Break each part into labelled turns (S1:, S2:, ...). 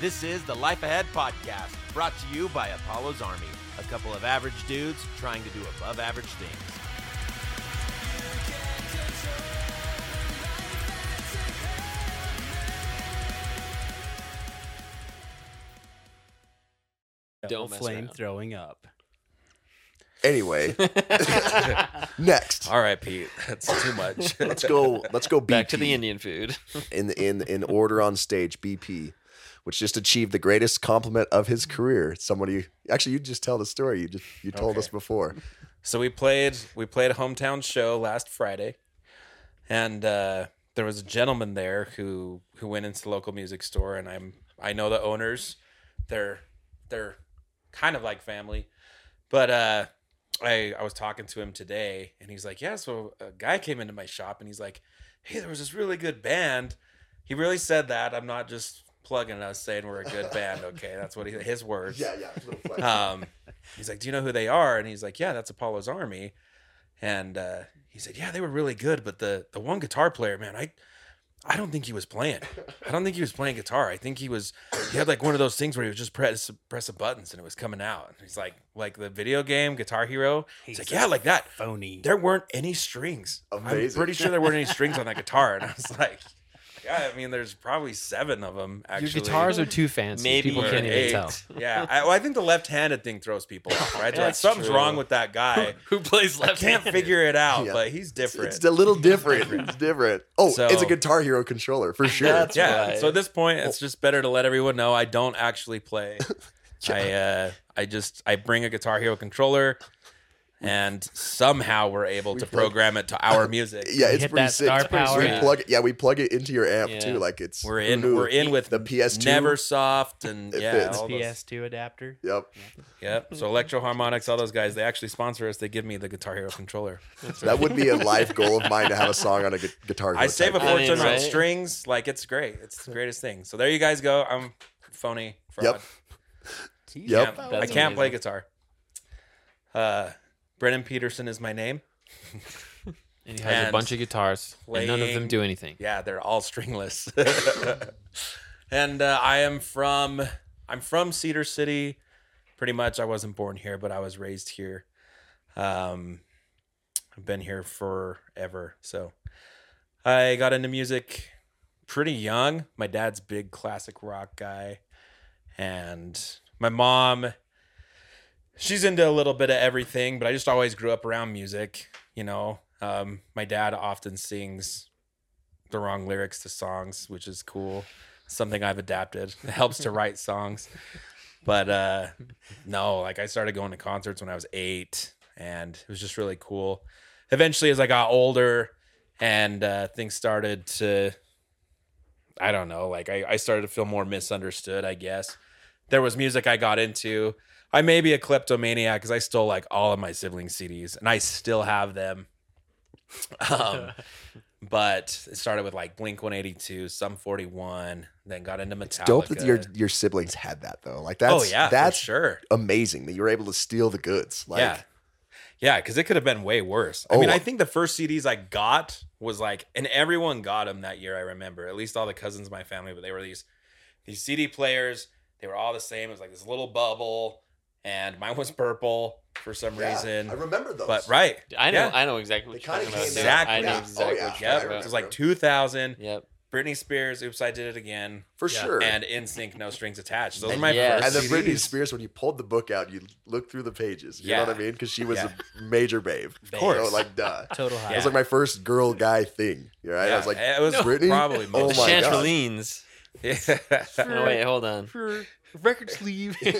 S1: This is the Life Ahead podcast, brought to you by Apollo's Army, a couple of average dudes trying to do above average things.
S2: Don't mess
S3: flame
S2: around.
S3: throwing up.
S4: Anyway, next,
S2: All right, Pete. That's too much.
S4: let's go. Let's go BP
S2: Back to the Indian food.
S4: in the- in in order on stage. BP, which just achieved the greatest compliment of his career. Somebody actually, you just tell the story. You just you told us before.
S2: So we played we played a hometown show last Friday, and uh, there was a gentleman there who who went into the local music store, and I'm I know the owners, they're they're kind of like family, but uh, I I was talking to him today, and he's like, yeah, so a guy came into my shop, and he's like, hey, there was this really good band. He really said that. I'm not just plugging us saying we're a good band. Okay, that's what he, his words
S4: yeah.
S2: um, he's like, "Do you know who they are?" And he's like, "Yeah, that's Apollo's Army." And uh, he said, "Yeah, they were really good, but the the one guitar player, man, I I don't think he was playing. I don't think he was playing guitar. I think he was he had like one of those things where he was just press pressing buttons and it was coming out. And he's like, like the video game Guitar Hero. He's, like,
S3: a
S2: yeah, like that.
S3: phony.
S2: There weren't any strings. I'm
S4: Amazing.
S2: pretty sure there weren't any strings on that guitar. And I was like. Yeah, I mean, there's probably seven of them. Actually,
S3: Your guitars are too fancy.
S2: Maybe
S3: People
S2: or
S3: can't even
S2: eight.
S3: tell.
S2: Yeah, I, well, I think the left-handed thing throws people off, right? They're like
S3: That's
S2: something's
S3: true.
S2: wrong with that guy.
S3: Who plays
S2: I can't figure it out,
S4: Yeah.
S2: but he's different.
S4: It's a little different. It's different. Oh,
S2: So-
S4: it's a Guitar Hero controller for sure.
S3: That's-
S2: yeah.
S3: right.
S2: So at this point, it's just better to let everyone know I don't actually play. I uh, I just I bring a Guitar Hero controller, and somehow we're able to program it to our music.
S4: yeah, it's
S3: hit
S4: pretty
S3: that
S4: sick.
S3: star
S4: It's pretty
S3: power.
S4: sweet.
S3: Yeah.
S4: Plug it. Yeah, we plug it into your amp
S3: Yeah.
S4: too. Like it's
S2: We're
S4: who
S2: in.
S4: knew?
S2: We're in with
S4: E, the PS2.
S2: NeverSoft and
S4: It
S2: yeah,
S4: fits.
S2: all those-
S3: PS2 adapter.
S4: Yep.
S2: Yep. So Electro Harmonics, all those guys, they actually sponsor us. They give me the Guitar Hero controller.
S4: That would be a life goal of mine to have a song on a gu- guitar.
S2: I
S4: Hero
S2: save a
S4: type.
S3: I mean,
S2: fortune on
S3: right?
S2: strings. Like it's great. It's the greatest thing. So there you guys go. I'm phony. Fraud.
S4: Yep.
S2: Yeah,
S4: Yep.
S2: I can't
S3: That's
S2: play
S3: amazing.
S2: guitar. Uh, Brennan Peterson is my name.
S3: And he has
S2: And
S3: a bunch of guitars, and none of them
S2: playing-
S3: do anything.
S2: Yeah, they're all stringless. and uh, I am from I'm from Cedar City. Pretty much, I wasn't born here, but I was raised here. Um, I've been here forever. So I got into music pretty young. My dad's big classic rock guy, and my mom. She's into a little bit of everything, but I just always grew up around music. You know, um, my dad often sings the wrong lyrics to songs, which is cool. Something I've adapted. It helps to write songs. But uh no, like I started going to concerts when I was 8 and it was just really cool. Eventually as I got older and uh things started to I don't know, like I, I started to feel more misunderstood, I guess. There was music I got into. I may be a kleptomaniac because I stole like all of my siblings' CDs and I still have them. Um but it started with like Blink 182, Sum 41, then got into Metallica.
S4: Dope that your your siblings had that though. Like that's
S2: oh yeah,
S4: that's
S2: for sure.
S4: amazing that you were able to steal the goods. Like
S2: yeah, yeah, because it could have been way worse. I
S4: Oh,
S2: mean, I
S4: I-
S2: think the first CDs I got was like, and everyone got them that year. I remember at least all the cousins in my family, but they were these these CD players. They were all the same. It was like this little bubble, and mine was purple for some
S4: Yeah,
S2: reason.
S4: I remember those.
S2: but right,
S5: I know,
S2: Yeah.
S5: I know exactly
S4: They
S5: what you're
S4: kinda
S5: talking about.
S4: came
S5: dude.
S4: down.
S5: I know
S4: Yeah. Oh,
S5: exactly
S4: yeah.
S5: what you're
S2: yep,
S5: talking
S4: I
S2: it
S5: about.
S2: was like 2000.
S5: Yep.
S2: Britney Spears, Oops, I Did It Again,
S4: for
S3: Yeah.
S4: sure.
S2: and NSYNC, No Strings Attached. Those are
S5: And
S2: my
S5: yes.
S4: And
S2: first.
S4: then Britney
S2: CDs.
S4: Spears, when you pulled the book out, you looked through the pages. You know what
S2: Yeah.
S4: I mean? Because she was
S2: Yeah.
S4: a major babe.
S2: Of
S4: You know,
S2: course.
S4: like duh.
S3: Total high.
S4: It was like my first girl guy thing. You're right. I was like,
S2: it was
S4: Britney?
S2: probably
S4: Oh
S2: most.
S4: my God.
S5: Chantrelines. No, Oh, wait, hold on.
S3: for record sleeve.
S4: I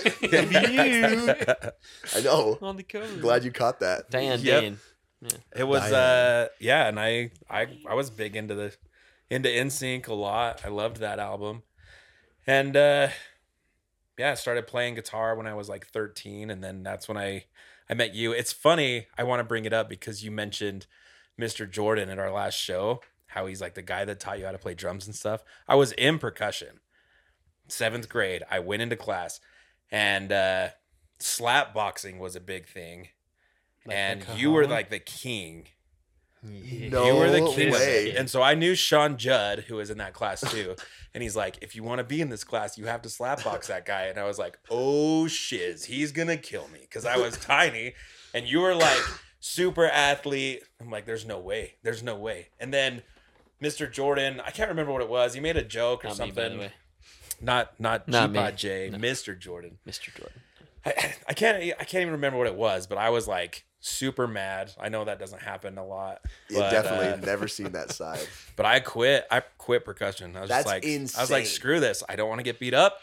S4: know.
S3: on the
S2: Hmm.
S3: cover.
S4: Glad you caught that.
S5: Diane
S2: Yep.
S5: Dean.
S2: it was
S4: Diane.
S2: uh yeah, and I I I was big into the into NSYNC a lot. I loved that album. And uh yeah, I started playing guitar when I was like 13 and then that's when I I met you. It's funny, I want to bring it up because you mentioned Mr. Jordan at our last show, how he's like the guy that taught you how to play drums and stuff. I was in percussion. 7th grade, I went into class and uh slap boxing was a big thing.
S3: Like the
S2: and you were
S3: Cajon?
S2: like the king.
S4: No
S2: you were the king.
S4: way.
S2: And so I knew Sean Judd, who was in that class too. and he's like, if you want to be in this class, you have to slapbox that guy. And I was like, oh shiz, he's gonna kill me because I was tiny, and you were like super athlete. I'm like, there's no way, there's no way. And then Mr. Jordan, I can't remember what it was. He made a joke or
S5: Not me,
S2: something.
S5: by the way.
S2: Not not
S5: Not
S2: G-Pod
S5: me.
S2: J, Mr. Jordan.
S5: Mr. Jordan.
S2: I, I can't I can't even remember what it was, but I was like super mad. I know that doesn't happen a lot.
S4: You
S2: but,
S4: definitely
S2: uh,
S4: never seen that side.
S2: but I quit. I quit percussion. I was
S4: That's
S2: just like, I was like,
S4: insane.
S2: screw this. I don't want to get beat up,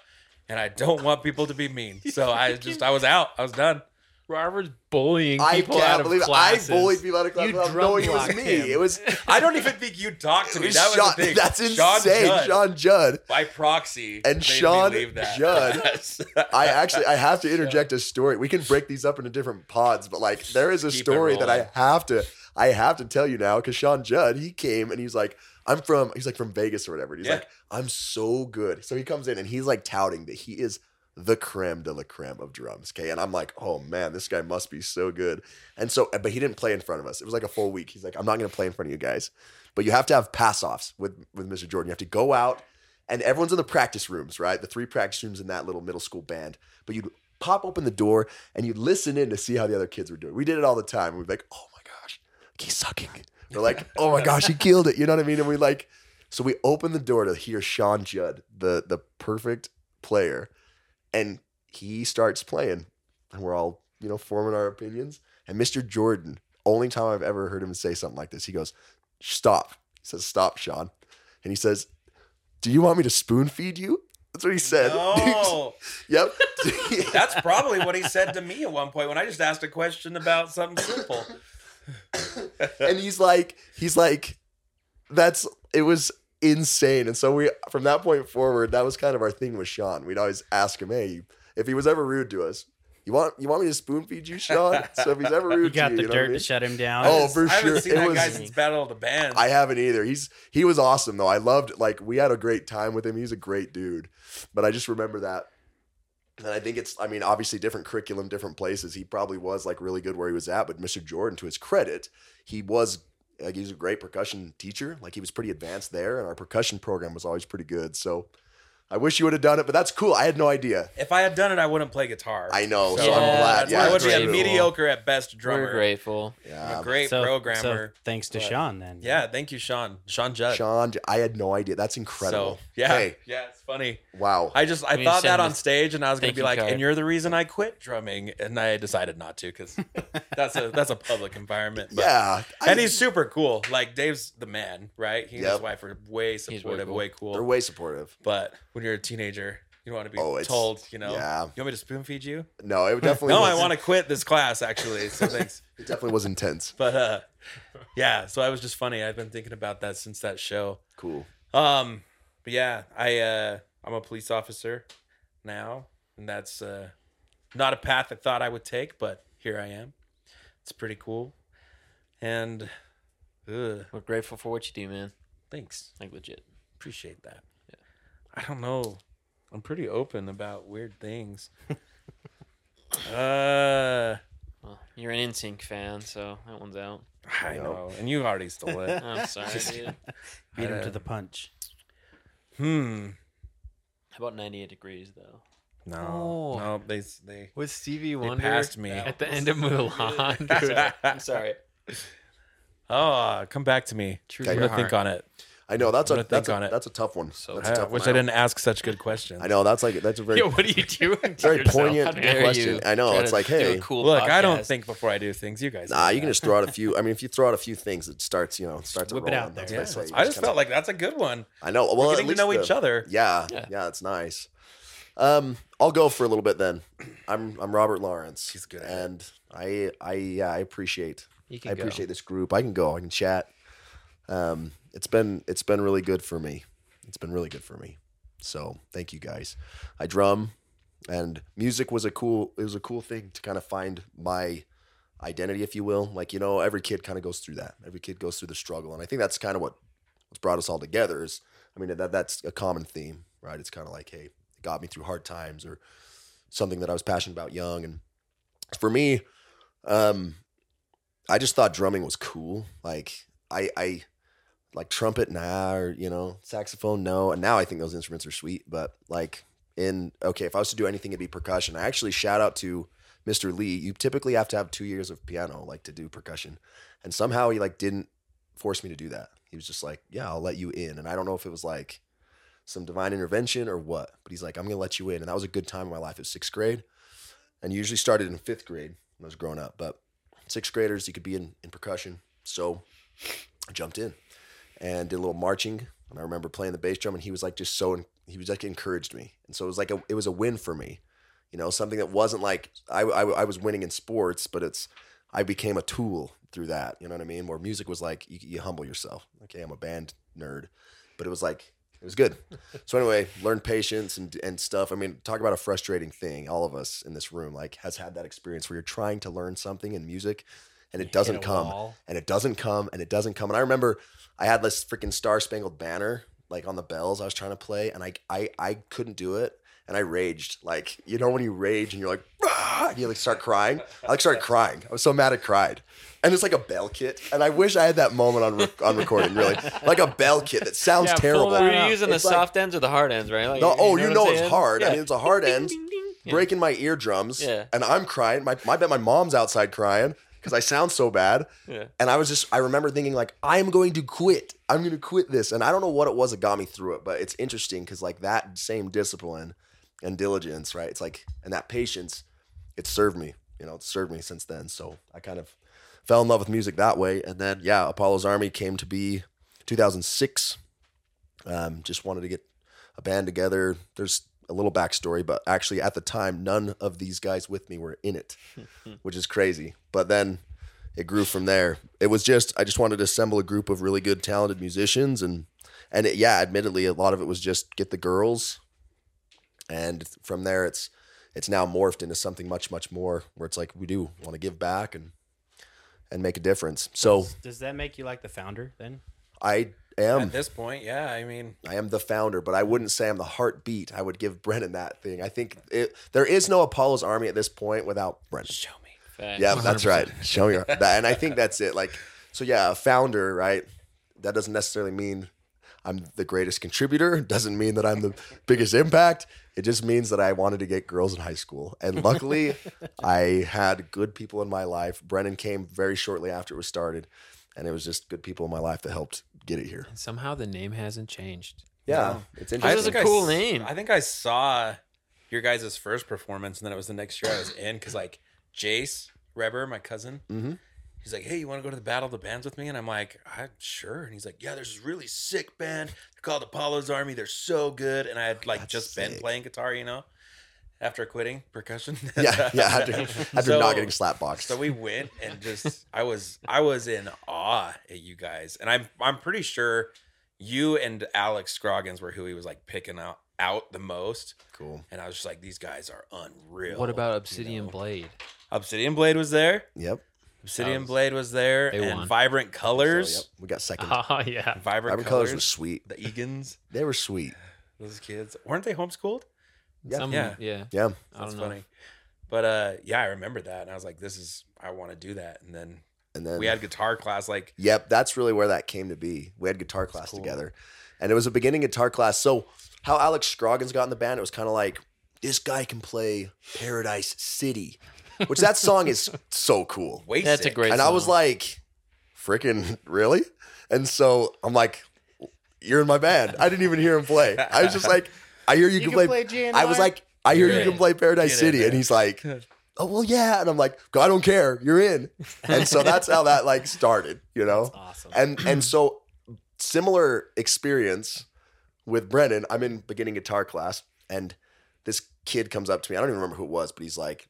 S2: and I don't want people to be mean. So I just, I was out. I was done.
S3: Robert's bullying
S4: I
S3: people out
S4: can't
S3: of
S4: believe it.
S3: classes.
S4: I bullied people out of class
S3: You
S4: without knowing it was
S3: drug-blocked
S4: me.
S3: him.
S4: It was,
S2: I don't even think you talked to
S4: it
S2: me.
S4: was
S2: That was
S4: Sean,
S2: the thing.
S4: that's
S2: Sean
S4: insane.
S2: Judd,
S4: Sean Judd.
S2: by proxy
S4: And
S2: made
S4: Sean
S2: me leave that.
S4: Judd,
S2: Yes.
S4: I actually I have to interject a story. We can break these up into different pods, but like there is a
S2: Keep it
S4: story that I
S2: rolling.
S4: have to I have to tell you now because Sean Judd he came and he's like I'm from he's like from Vegas or whatever. And he's
S2: Yeah.
S4: like I'm so good. So he comes in and he's like touting that he is the creme de la creme of drums. Okay, and I'm like oh man this guy must be so good. And so uh, but he didn't play in front of us. It was like a full week. He's like I'm not gonna play in front of you guys, but you have to have pass offs with with Mr. Jordan. You have to go out. And everyone's in the practice rooms, right? The three practice rooms in that little middle school band but you'd pop open the door and you'd listen in to see how the other kids were doing. We did it all the time. We'd be like, oh my gosh, he's sucking. We're like, oh my gosh, he killed it. You know what I mean? And we like, so we opened the door to hear Sean Judd, the the perfect player, and he starts playing, and we're all you know forming our opinions. And Mr. Jordan, only time I've ever heard him say something like this, he goes, "Stop," he says, "Stop, Sean," and he says, "Do you want me to spoon feed you?" That's what he said.
S2: No,
S4: yep.
S2: that's probably what he said to me at one point when I just asked a question about something simple.
S4: and he's like he's like that's it was insane and so we from that point forward that was kind of our thing with sean we'd always ask him hey if he was ever rude to us you want you want me to spoon feed you sean so if he's ever rude
S3: You got
S4: to
S3: the
S4: you, you know what I
S3: dirt
S4: mean?
S3: to shut him down.
S4: Oh, for
S2: I haven't
S4: sure.
S2: seen
S4: It
S2: that
S4: was-
S2: guy since Battle of the Bands.
S4: I haven't either. He's he was awesome though. I loved like we had a great time with him. He's a great dude. But I just remember that. And I think it's I mean, obviously different curriculum, different places. He probably was like really good where he was at, but Mr. Jordan, to his credit, he was like he was a great percussion teacher. Like he was pretty advanced there, and our percussion program was always pretty good. So I wish you would have done it, but that's cool. I had no idea.
S2: If I had done it, I wouldn't play guitar.
S4: I know,
S5: so I'm glad.
S2: that's-
S5: Yeah,
S2: I would be a
S5: grateful.
S2: mediocre at best drummer.
S5: We're grateful.
S4: Yeah.
S2: I'm a great
S3: so,
S2: programmer.
S3: So thanks to
S2: but-
S3: Sean then.
S2: yeah, thank you, Sean. Sean Judd.
S4: Sean, I had no idea. That's incredible.
S2: So, yeah,
S4: Hey,
S2: yeah, it's funny.
S4: wow.
S2: I just I
S5: We
S2: thought
S5: send
S2: that
S5: him
S2: on
S5: a
S2: stage, and I was gonna
S5: thank
S2: be
S5: you
S2: like,
S5: card.
S2: "And you're the reason I quit drumming," and I decided not to because that's a that's a public environment. But,
S4: yeah. I-
S2: and he's super cool. Like Dave's the man, right? He and his
S4: Yep.
S2: wife are way
S5: way
S2: supportive,
S5: cool.
S2: way
S4: they're
S2: cool.
S4: way supportive.
S2: But when you're a teenager, you want to be
S4: Oh, it's-
S2: told, you know,
S4: yeah.
S2: you want me to spoon feed you?
S4: No, it definitely
S2: No,
S4: was,
S2: I want to quit this class actually. So thanks.
S4: it definitely was intense.
S2: But uh, yeah, so I was just funny. I've been thinking about that since that show.
S4: Cool.
S2: Um, but yeah, I uh, I'm a police officer now, and that's uh, not a path I thought I would take, but here I am. It's pretty cool, and ugh,
S5: We're grateful for what you do, man.
S2: thanks,
S5: Like legit.
S2: appreciate that. I don't know, I'm pretty open about weird things. uh,
S5: Well, you're an NSYNC fan, so that one's out.
S2: I know, and you already stole it.
S5: I'm sorry, dude. How
S3: Beat him
S2: I, uh,
S3: to the punch.
S2: hmm.
S5: about 98 degrees though?
S2: No,
S3: Oh.
S2: no, they s- they
S3: Was Stevie
S2: they passed me.
S5: That
S3: at the end of Mulan? dude?
S5: I'm sorry.
S2: Oh, come back to me.
S5: True
S2: I'm
S5: to
S2: gonna
S5: your
S2: think
S5: heart.
S2: on it.
S4: I know that's a
S2: I'm gonna
S4: that's
S2: think
S4: a,
S2: on it.
S4: that's a tough one.
S5: So
S4: that's
S2: I
S4: a tough
S2: wish
S4: one.
S2: I didn't ask such good questions.
S4: I know that's like that's a very
S3: Yeah, what are you doing? to
S4: very
S3: yourself?
S4: poignant
S5: How dare
S4: question.
S5: you?
S4: I know
S5: Trying
S4: it's
S5: to
S4: like
S5: do a
S4: hey,
S5: cool
S2: Look, I
S5: podcast.
S2: don't think before I do things. You guys,
S4: nah,
S2: know
S4: you can
S2: that.
S4: just throw out a few. I mean, if you throw out a few things, it starts you know it starts
S3: Whip
S4: it
S3: it out
S4: rolling. That's
S3: there.
S4: what I, say. You
S2: I just
S4: kinda-
S2: felt like that's a good one.
S4: I know. Well, at
S2: Getting to
S4: least
S2: know
S4: the-
S2: each other.
S4: Yeah, yeah,
S5: Yeah.
S4: it's nice. Um, I'll go for a little bit then. I'm I'm Robert Lawrence.
S2: He's good at it.
S4: and I I yeah I appreciate
S5: You can
S4: I
S5: go.
S4: appreciate this group. I can go. I can chat. Um, it's been it's been really good for me. It's been really good for me. So thank you guys. I drum, and music was a cool it was a cool thing to kind of find my identity, if you will. Like you know, every kid kind of goes through that. Every kid goes through the struggle, and I think that's kind of what what's brought us all together. Is I mean that that's a common theme, right? It's kind of like hey, it got me through hard times or something that I was passionate about young, and for me, um, I just thought drumming was cool. Like I I like trumpet nah or you know saxophone no and now I think those instruments are sweet but like in okay if I was to do anything it'd be percussion I actually shout out to Mr. Lee you typically have to have 2 years of piano like to do percussion and somehow he like didn't force me to do that he was just like yeah I'll let you in and I don't know if it was like some divine intervention or what but he's like I'm going to let you in and that was a good time in my life it was 6th grade and usually started in 5th grade when I was growing up but 6th graders you could be in in percussion so I jumped in and did a little marching. And I remember playing the bass drum, and he was like just so he was like encouraged me, and so it was like a, it was a win for me, you know, something that wasn't like I, I I was winning in sports, but it's I became a tool through that, you know what I mean? Where music was like you, you humble yourself. Okay, I'm a band nerd, but it was like it was good. so anyway, learned patience and and stuff. I mean, talk about a frustrating thing. All of us in this room like has had that experience where you're trying to learn something in music, and it doesn't come and it doesn't come and it doesn't come. And I remember I had this freaking Star Spangled Banner like on the bells I was trying to play, and I I I couldn't do it, and I raged like you know when you rage and you're like "Ah," and you like start crying. I like started crying. I was so mad I cried. And it's like a bell kit, and I wish I had that moment on rec- on recording. Really, like a bell kit that sounds
S3: Yeah, pull
S4: terrible.
S3: that
S5: Were
S3: Yeah.
S5: you using
S4: It's
S5: the
S4: like-
S5: soft ends or the hard ends, right? Like,
S4: No, oh, you know
S5: what I'm
S4: it's
S5: saying?
S4: hard. I
S5: Yeah.
S4: mean, it's a hard
S5: Ding,
S4: end,
S5: ding, ding. Yeah.
S4: breaking my eardrums,
S5: Yeah.
S4: and I'm crying. My, my, I bet my mom's outside crying because I sound so bad.
S5: Yeah.
S4: And I was just, I remember thinking like, I am going to quit. I'm going to quit this. And I don't know what it was that got me through it, but it's interesting because like that same discipline and diligence, right? It's like, and that patience, it served me, you know, it served me since then. So I kind of fell in love with music that way. And then, yeah, Apollo's Army came to be 2006. Um, just wanted to get a band together. There's a little backstory, but actually at the time, none of these guys with me were in it, which is crazy. But then it grew from there. It was just I just wanted to assemble a group of really good, talented musicians, and and it, yeah, admittedly, a lot of it was just get the girls, and from there, it's it's now morphed into something much, much more where it's like we do want to give back and and make a difference. So
S3: Does that make you like the founder then?
S4: I am
S2: At this point, yeah. I mean,
S4: I am the founder, but I wouldn't say I'm the heartbeat. I would give Brennan that thing. I think it, there is no Apollo's Army at this point without Brennan.
S2: show me.
S5: Facts.
S4: Yeah, that's right. Show me that, and I think that's it. Like, so yeah, a founder, right? That doesn't necessarily mean I'm the greatest contributor. It Doesn't mean that I'm the biggest impact. It just means that I wanted to get girls in high school, and luckily, I had good people in my life. Brennan came very shortly after it was started, and it was just good people in my life that helped get it here.
S3: And somehow the name hasn't changed.
S4: Yeah, it's interesting.
S5: This is a
S2: think I
S5: cool
S2: s-
S5: name.
S2: I think I saw your guys' first performance, and then it was the next year I was in because like Jace Reber, my cousin,
S4: Mhm.
S2: he's like, "Hey, you want to go to the Battle of the Bands with me?" And I'm like, "I sure." And he's like, "Yeah, there's this really sick band. They're called Apollo's Army. They're so good." And I had like
S4: That's
S2: just been
S4: sick.
S2: playing guitar, you know, after quitting percussion.
S4: yeah, yeah. After, after
S2: So-
S4: not getting slap boxed.
S2: So we went and just I was I was in awe at you guys, and I'm I'm pretty sure you and Alex Scroggins were who he was like picking out out the most,
S4: cool.
S2: and I was just like these guys are unreal.
S3: What about
S2: you
S3: Obsidian
S2: know?
S3: Blade?
S2: Obsidian Blade was there.
S4: Yep.
S2: Obsidian
S5: was-
S2: Blade was there,
S3: They
S2: and
S3: won.
S2: Vibrant Colors.
S4: So, yep, we got second.
S3: Oh, yeah.
S2: Vibrant,
S4: Vibrant colors
S2: Colors,
S4: were sweet.
S2: the Egans,
S4: They were sweet.
S2: those kids weren't they homeschooled?
S4: Yeah.
S3: Some,
S2: Yeah.
S3: yeah.
S4: Yeah.
S3: I don't
S2: That's
S3: know.
S2: funny. But uh, yeah, I remember that, and I was like, "This is I want to do that." And then
S4: And then
S2: we had guitar class, like
S4: Yep, that's really where that came to be. We had guitar class
S2: cool.
S4: together, and it was a beginning guitar class. So, how Alex Scroggins got in the band, it was kind of like this guy can play Paradise City, which that song is so cool.
S2: way
S5: That's a
S2: sick.
S5: great
S4: and I was
S5: song.
S4: like, "Freaking really?" And so I'm like, "You're in my band." I didn't even hear him play. I was just like, "I hear you, can, play I was like, I hear
S2: You're
S4: you can
S2: in.
S4: play Paradise
S2: Get in
S4: City.
S2: there.
S4: And he's like, oh, well, yeah. And I'm like, I don't care. You're in. And so that's how that like started, you know?
S3: awesome.
S4: And, and so similar experience with Brennan. I'm in beginning guitar class and this kid comes up to me. I don't even remember who it was, but he's like,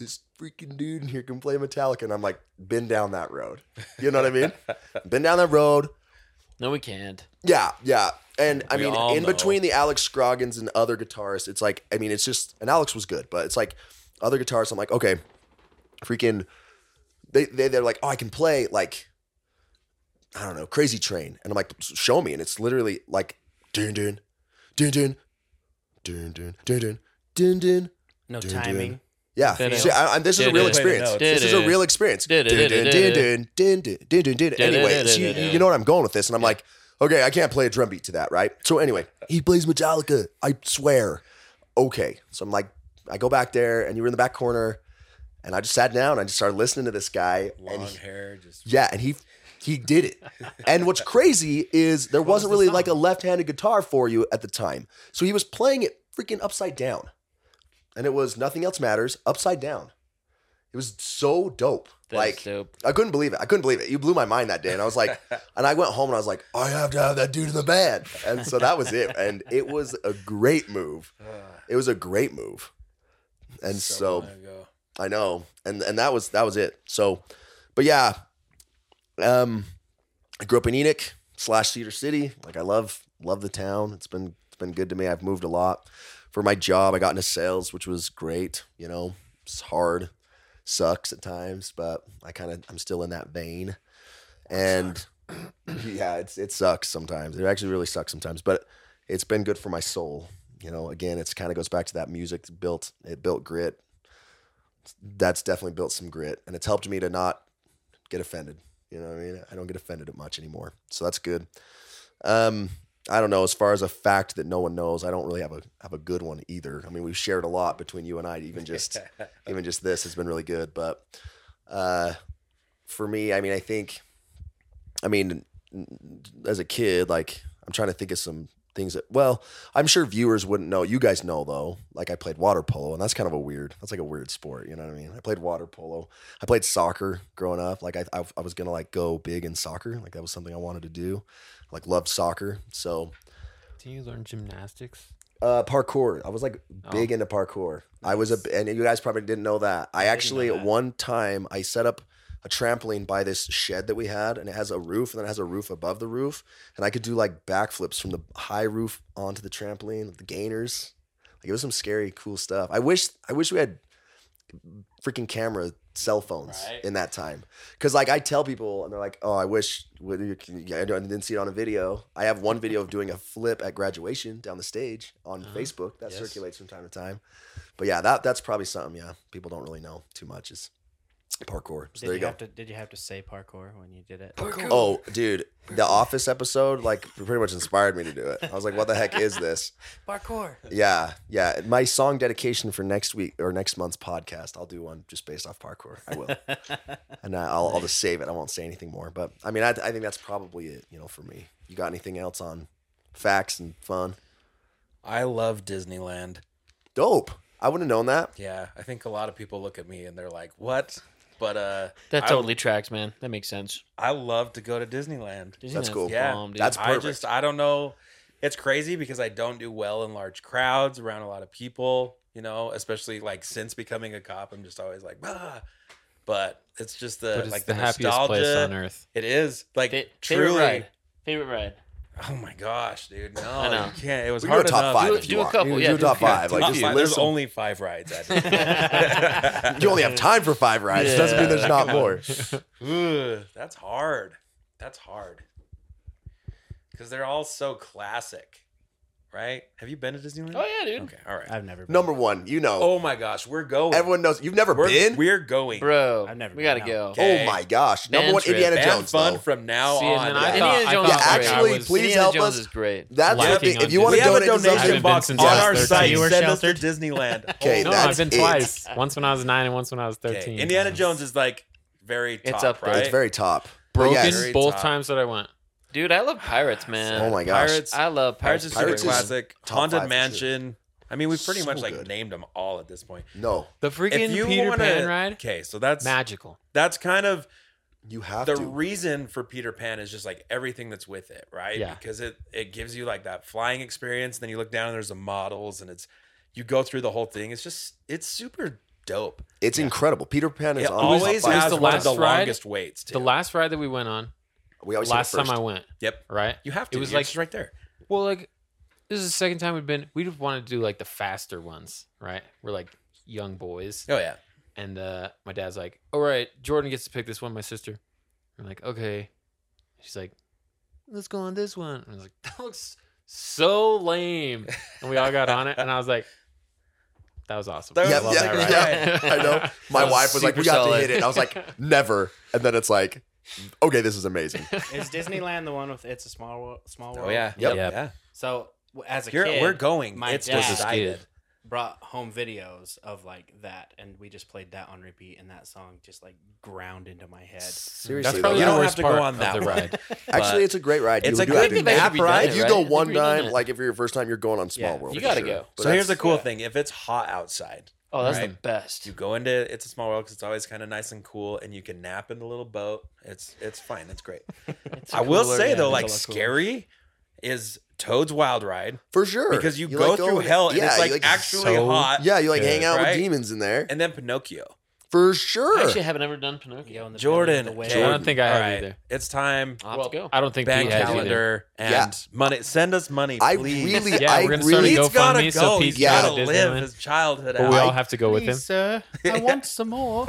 S4: this freaking dude in here can play Metallica. And I'm like, been down that road. You know what I mean? been down that road.
S5: No, we can't.
S4: Yeah, yeah. And I
S2: We
S4: mean,
S2: all
S4: in
S2: know.
S4: between the Alex Scroggins and other guitarists, it's like, I mean, it's just, and Alex was good, but it's like other guitarists, I'm like, okay, freaking, they, they, they're like, oh, I can play like, I don't know, Crazy Train. And I'm like, show me. And it's literally like, dun dun, dun dun, dun dun, dun dun, dun dun,
S3: no
S4: dun, dun.
S3: timing.
S4: Yeah,
S5: Did it.
S4: See, I, I, this is a
S5: Did
S4: real
S5: it.
S4: experience.
S2: Did
S4: This is a
S5: it.
S4: real experience. Dun,
S5: Did
S4: dun,
S5: it,
S4: dun,
S5: did it.
S4: dun, dun, dun, dun, dun, dun.
S5: it,
S4: Anyway,
S5: did
S4: so you,
S5: it.
S4: you know what I'm going with this, and I'm like, okay, I can't play a drum beat to that, right? So anyway, he plays Metallica. I swear. Okay, so I'm like, I go back there, and you were in the back corner, and I just sat down. And I just started listening to this guy, and
S2: Long
S4: he-
S2: hair, just
S4: yeah, and he he did it. And what's crazy is there wasn't really like a left-handed guitar for you at the time. So he was playing it freaking upside down. And it was nothing else matters, upside down. It was so dope.
S5: That's
S4: like
S5: dope.
S4: I couldn't believe it. I couldn't believe it. You blew my mind that day. And I was like, and I went home and I was like, I have to have that dude in the band. And so that was it. And it was a great move. It was a great move. And so
S2: long ago.
S4: I know. And and that was that was it. So but yeah. Um I grew up in Enoch slash Cedar City. Like I love love the town. It's been it's been good to me. I've moved a lot. For my job, I got into sales, which was great, you know. It's hard. Sucks at times, but I kind of I'm still in that vein. And yeah, it's it sucks sometimes. It actually really sucks sometimes, but it's been good for my soul. You know, again, it's kind of goes back to that music that built it built grit that's definitely built some grit and it's helped me to not get offended. You know what I mean? I don't get offended at much anymore. So that's good. Um, I don't know. As far as a fact that no one knows, I don't really have a have a good one either. I mean, we've shared a lot between you and I, even just even just this has been really good. But uh for me, I mean, I think I mean as a kid, like I'm trying to think of some things that well, I'm sure viewers wouldn't know. You guys know though. Like I played water polo, and that's kind of a weird. That's like a weird sport. You know what I mean? I played water polo. I played soccer growing up. Like I, I, I was gonna like go big in soccer. Like that was something I wanted to do. Like loved soccer. So
S3: Did you learn gymnastics?
S4: uh, parkour. I was like
S3: Oh.
S4: big into parkour. I was a, and you guys probably didn't know that. I,
S3: didn't know
S4: actually
S3: that.
S4: one time I set up a trampoline by this shed that we had, and it has a roof, and then it has a roof above the roof, and I could do like backflips from the high roof onto the trampoline, with the gainers. Like it was some scary, cool stuff. I wish, I wish we had freaking camera cell phones
S5: Right.
S4: in that time because like I tell people, and they're like, "Oh, I wish what do you- can you- I didn't see it on a video." I have one video of doing a flip at graduation down the stage on Facebook that
S3: Uh-huh. yes.
S4: circulates from time to time. But yeah, that that's probably something. Yeah, people don't really know too much is parkour. So
S3: Did
S4: there
S3: you,
S4: you go.
S3: have to? Did you have to say parkour when you did it?
S4: Oh, dude, the Office episode like pretty much inspired me to do it. I was like, "What the heck is this?"
S3: Parkour.
S4: Yeah, yeah. My song dedication for next week or next month's podcast, I'll do one just based off parkour. I will, and I- I'll, I'll just save it. I won't say anything more. But I mean, I, I think that's probably it. You know, for me, you got anything else on facts and fun?
S2: I love Disneyland.
S4: Dope. I wouldn't have known that.
S2: Yeah, I think a lot of people look at me and they're like, "What?" But uh,
S5: That
S2: I-
S5: totally tracks, man. That makes sense.
S2: I love to go to Disneyland.
S4: That's
S5: Disneyland's
S4: cool.
S2: Yeah,
S5: bomb, dude.
S4: that's- It's
S2: I
S4: perfect.
S2: just I don't know. It's crazy because I don't do well in large crowds around a lot of people, you know, especially like since becoming a cop, I'm just always like, ah. But it's just the
S3: But it's
S2: like
S3: the,
S2: the,
S3: happiest
S2: nostalgia.
S3: place on earth.
S2: It is like
S5: Fa- favorite
S2: truly.
S5: ride. Favorite ride.
S2: Oh my gosh, dude! No,
S5: I know.
S2: you can't. It was
S4: We can do a
S2: hard
S4: top
S2: enough.
S4: five.
S5: Do-
S4: if
S5: do
S4: you
S5: a
S4: want.
S5: couple,
S4: You can
S5: yeah,
S4: do a
S5: do a
S4: top
S5: couple.
S4: five.
S2: Top
S4: Like just
S2: five. There's
S4: list 'em.
S2: only five rides. I think.
S4: You only have time for five rides. It doesn't mean there's not more.
S2: Ugh, that's hard. That's hard. Because they're all so classic, right? Have you been to Disneyland?
S5: Oh yeah, dude.
S2: Okay, all right.
S3: I've never. Been.
S4: Number one, you know,
S2: Oh my gosh, we're going.
S4: everyone knows. You've never
S2: we're,
S4: been.
S2: we're going.
S5: Bro,
S3: I've never
S5: we
S3: been
S5: gotta go.
S2: out.
S4: oh
S2: Okay.
S4: my gosh, number
S5: Band
S4: one,
S5: trip.
S4: Indiana
S2: Have
S4: Jones.
S2: fun
S4: though.
S2: from now
S5: See,
S2: on.
S5: and then I
S2: Yeah.
S5: thought-
S3: Indiana
S5: I
S3: Jones
S5: thought
S3: is
S5: I
S3: great.
S4: actually,
S3: I was-
S4: please
S5: Indiana
S4: help
S5: Jones
S4: us.
S5: is great.
S4: That's
S3: Liking
S4: if, if
S3: on
S4: you want
S2: we
S4: to
S2: have a
S4: donate to
S3: I
S2: donation
S3: haven't
S4: something.
S3: been
S2: box on
S3: since I was
S2: our
S3: 13.
S2: site.
S3: You were
S2: Send us to
S3: sheltered?
S2: Disneyland. Oh
S4: Okay,
S3: no,
S4: that's
S3: I've been
S4: it.
S3: twice. Once when I was nine and once when I was
S2: Okay,
S3: thirteen.
S2: Indiana
S3: Yeah.
S2: Jones is like very top,
S5: It's up there.
S2: right?
S4: It's very top. But
S3: broken
S4: yes.
S2: Very
S3: both
S2: top.
S3: times that I went.
S5: Dude, I love pirates, man.
S4: Oh my gosh.
S2: Pirates,
S5: I love pirates.
S2: Pirates is
S5: of
S2: super
S4: Pirates is
S2: classic.
S4: top
S2: Haunted
S4: five for sure.
S2: Mansion. I mean, we've pretty
S4: So
S2: much like
S4: good.
S2: named them all at this point.
S4: No,
S3: The freaking Peter
S2: wanna-
S3: Pan ride.
S2: okay, so that's
S3: Magical.
S2: that's kind of
S4: you have
S2: the
S4: to.
S2: reason for Peter Pan is just like everything that's with it, right?
S3: Yeah.
S2: Because it it gives you like that flying experience. Then you look down and there's the models, and it's you go through the whole thing. It's just it's super dope.
S4: It's incredible. Peter Pan is
S2: It
S4: always,
S2: always
S4: up
S3: it was
S2: has
S3: the
S2: one of
S3: last
S2: the
S3: ride-
S2: longest waits. Too.
S3: The last ride that we went on,
S4: we always
S3: last
S4: hit it
S3: time I
S4: first.
S3: went,
S2: yep,
S3: right?
S2: you have to.
S3: It was
S2: You're
S3: like-
S2: just right there.
S3: Well, like this is the second time we've been. We wanted to do like the faster ones, right? We're like young boys,
S2: Oh yeah,
S3: and uh, my dad's like, "All right, Jordan gets to pick this one." My sister, I'm like, "Okay." She's like, "Let's go on this one." And I was like, "That looks so lame," and we all got on it, and I was like, That was awesome.
S2: That
S3: I
S4: Yeah,
S2: was
S3: love
S4: yeah,
S3: that ride.
S4: yeah. I know. My
S5: That was
S4: wife was like,
S5: super
S4: "We got to
S5: solid.
S4: hit it." I was like, "Never." And then it's like, "Okay, this is amazing."
S6: Is Disneyland the one with It's a Small World? Small World?
S2: Oh yeah,
S4: Yep.
S2: yeah.
S3: Yep.
S6: So w- as a
S2: You're,
S6: kid,
S2: we're going.
S6: my
S2: it's
S6: dad-
S2: just decided.
S6: brought home videos of like that, and we just played that on repeat, and that song just like ground into my head.
S4: Seriously,
S3: That's
S4: though.
S3: probably
S2: You
S3: the
S2: don't have
S3: worst
S2: to go
S3: part
S2: on
S3: of
S2: that
S3: the
S2: one.
S3: ride.
S2: but-
S4: Actually, it's a great ride.
S2: It's
S4: You
S2: a
S4: do
S2: good
S4: have to
S2: thing
S4: do
S2: they
S4: it.
S2: have
S5: Happy
S2: you done
S5: Ride,
S2: it,
S4: If you
S5: right?
S4: go
S5: I think
S4: one
S5: we've done
S4: time,
S5: it.
S4: like if you're your first time, you're going on Small
S6: Yeah,
S4: World.
S5: you
S4: for
S5: gotta
S4: sure.
S5: go.
S4: But
S2: So here's the
S4: that's-
S2: cool
S6: yeah.
S2: thing: if it's hot outside,
S5: Oh, that's the
S2: Right.
S5: best.
S2: you go into it's a small world because it's always kind of nice and cool, and you can nap in the little boat. It's it's fine. It's great.
S5: It's
S2: I will
S5: cooler,
S2: say
S5: yeah,
S2: though,
S5: it's
S2: like
S5: a lot cooler.
S2: scary is Toad's Wild Ride
S4: for sure
S2: because you, go
S4: like,
S2: through
S4: and-
S2: hell and
S4: yeah,
S2: it's
S4: you,
S2: like, actually
S3: so-
S2: hot.
S4: yeah, you like
S2: good,
S4: hang out
S2: right?
S4: with demons in there
S2: And then Pinocchio.
S4: for
S5: I
S4: sure.
S5: actually haven't ever done Pinocchio.
S6: in the belly of
S2: Jordan.
S6: the whale.
S3: Jordan. I don't think I have
S2: All right,
S3: either.
S2: It's time.
S5: I'll have to go.
S3: I don't think
S2: Bank
S3: Pete has either.
S2: calendar and
S4: Yeah.
S2: money. Send us money,
S4: I
S2: please.
S4: really,
S3: Yeah,
S4: I
S3: we're gonna start
S4: really,
S3: a
S2: Pete's gotta
S3: GoFundMe, so
S2: go.
S3: Pete's
S2: He's
S4: Yeah.
S2: gotta
S3: at
S2: live
S3: Disneyland.
S2: his childhood
S3: But
S2: out.
S3: we all have to go with him.
S6: sir. I want some more.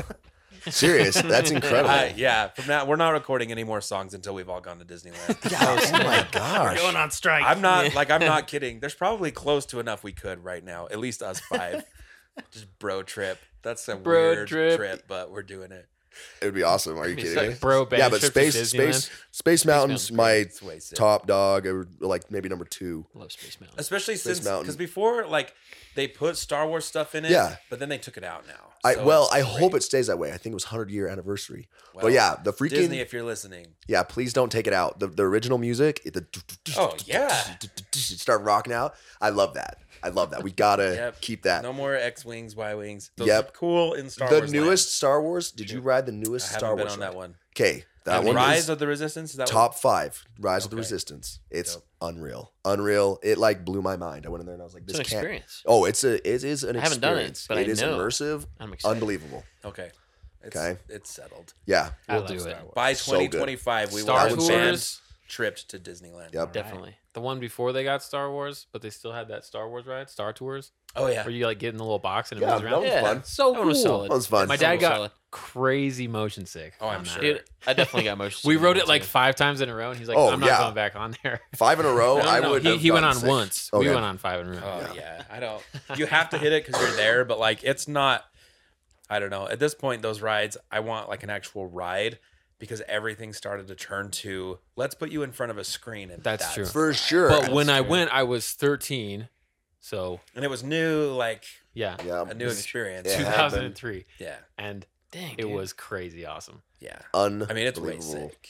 S4: serious. That's incredible.
S2: Uh, yeah, from now we're not recording any more songs until we've all gone to Disneyland.
S4: Yeah, oh my gosh.
S6: Going on strike.
S2: I'm not like I'm not kidding. There's probably close to enough we could right now, at least us five. Just bro trip. That's a
S3: Bro
S2: weird trip.
S3: trip.
S2: but we're doing it.
S4: It would be awesome. Are you
S3: It's
S4: kidding me?
S3: like bro band
S4: Yeah, but
S3: trip to
S4: space, space,
S3: Disneyland.
S4: space mountains. My
S2: It's way sick.
S4: top dog, or like maybe number two.
S5: Love Space Mountain.
S2: Especially
S4: Space
S2: since
S4: Mountain.
S2: because before like they put Star Wars stuff in it,
S4: Yeah.
S2: but then they took it out now.
S4: I
S2: So
S4: well,
S2: it's
S4: I
S2: great.
S4: hope it stays that way. I think it was hundred year anniversary.
S2: Well,
S4: but yeah, the freaking
S2: Disney, if you're listening,
S4: yeah, please don't take it out. The the original music, it- the
S2: Oh, yeah.
S4: start rocking out. I love that. I love that. We gotta
S2: Yep.
S4: keep that.
S2: no more X wings, Y wings. Those
S4: Yep.
S2: are cool in Star
S4: the
S2: Wars. land.
S4: newest Star Wars. Did you ride the
S2: I
S4: newest
S2: haven't
S4: Star
S2: been
S4: Wars?
S2: on that one.
S4: Okay, that
S2: And
S4: one
S2: Rise
S4: is
S2: of the Resistance is that one?
S4: top five. Rise of the
S2: Okay.
S4: Resistance. It's
S2: Dope.
S4: unreal, unreal. It like blew my mind. I went in there and I was like,
S5: It's
S4: this
S5: an
S4: can't.
S5: experience.
S4: Oh, it's a it is an
S5: I haven't done it,
S4: experience.
S5: but I
S4: is
S5: know.
S4: immersive,
S5: I'm excited.
S4: unbelievable.
S2: Okay. It's,
S4: Okay.
S2: It's settled.
S4: Yeah,
S3: We'll
S6: love
S3: do
S6: Star
S3: it.
S6: Wars.
S2: By
S4: So good.
S2: 2025, we
S3: Star
S4: That
S2: will
S4: one's
S3: Tours,
S2: have banned tripped to Disneyland.
S4: Yep.
S3: definitely. The one before they got Star Wars, but they still had that Star Wars ride, Star Tours,
S2: Oh yeah.
S3: where you like get in the little box and it
S4: Yeah,
S3: moves
S4: that
S3: around.
S4: was
S5: Yeah.
S4: fun.
S3: So
S5: That one was
S3: cool.
S5: solid.
S4: That was fun.
S3: My dad
S5: was
S3: got
S5: solid.
S3: crazy motion sick.
S2: Oh, I'm
S3: on
S2: sure.
S3: that.
S5: Dude, I definitely got motion.
S3: We
S5: sick
S3: rode
S5: on
S3: it like
S5: too.
S3: five times in a row, and he's like,
S4: Oh,
S3: "I'm not
S4: yeah.
S3: going back on there."
S4: Five in a row.
S3: No,
S4: I
S3: no,
S4: would.
S3: He,
S4: have
S3: he went
S4: gotten
S3: on
S4: sick.
S3: once.
S4: Oh,
S3: we
S4: yeah.
S3: went on five in a row.
S2: Oh yeah. I don't. You have to hit it because you're there, but like it's not. I don't know. At this point, those rides, I want like an actual ride because everything started to turn to let's put you in front of a screen and
S3: That's true.
S4: for sure.
S3: But when I went, I was 13, so
S2: And it was new, like
S3: yeah,
S4: yeah,
S2: a new experience.
S4: It happened.
S3: 2003,
S2: Yeah.
S3: and
S5: Dang,
S3: it
S5: dude.
S3: was crazy awesome.
S2: Yeah.
S4: unbelievable.
S2: I mean, it's way sick.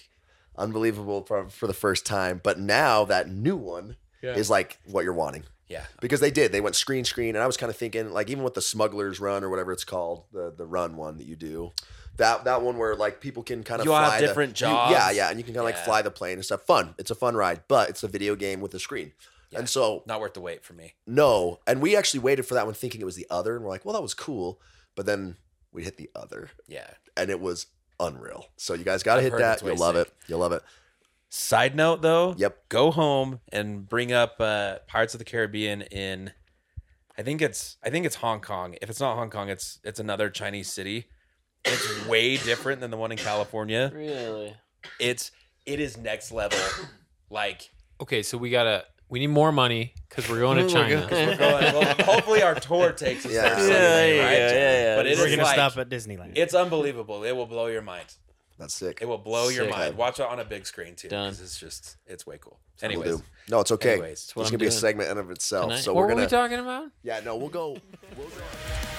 S4: unbelievable for, for the first time. But now that new one
S3: Yeah.
S4: is like what you're wanting
S2: Yeah.
S4: because they did. They went screen screen, and I was kind of thinking like even with the Smuggler's Run or whatever it's called, the the run one that you do. That, that one where like people can kind of
S2: You all have
S4: fly the-
S2: different
S4: you- yeah,
S2: jobs.
S4: yeah, and you can kind of like
S2: Yeah.
S4: fly the plane and stuff. Fun. It's a fun ride, but it's a video game with a screen.
S2: Yeah.
S4: And so
S2: Not worth the wait for me.
S4: no, and we actually waited for that one thinking it was the other, and we're like, well, that was cool, but then we hit the other,
S2: Yeah.
S4: and it was unreal. So you guys got to
S2: I've
S4: hit
S2: heard
S4: that.
S2: it's way
S4: You'll love
S2: sick.
S4: it. You'll love it.
S2: Side note though,
S4: Yep.
S2: go home and bring up uh, Pirates of the Caribbean in I think it's I think it's Hong Kong. If it's not Hong Kong, it's it's another Chinese city. It's way different than the one in California.
S5: really.
S2: It's it is next level. Like
S3: Okay, so we gotta we need more money because we're
S5: Oh
S1: Oh
S3: going to China.
S2: we're going, well, hopefully our tour takes us
S4: Yeah.
S2: there.
S4: Yeah,
S2: someday,
S5: yeah,
S2: right?
S5: yeah, yeah.
S2: But it
S6: We're
S2: is
S6: gonna
S2: like-
S6: stop at Disneyland.
S2: It's unbelievable. It will blow your mind.
S4: That's sick.
S2: It will blow your
S5: Sick.
S2: mind. Watch it on a big screen too.
S5: Done.
S2: 'cause It's just it's way cool.
S4: We'll
S2: Anyways,
S4: do. no, it's okay.
S2: anyways,
S4: it's
S5: what
S4: gonna
S5: I'm
S4: be a
S5: doing
S4: segment in of itself.
S5: tonight.
S4: So
S3: what
S4: we're
S3: were
S4: gonna.
S3: we talking about?
S4: yeah, no, we'll go. We'll go.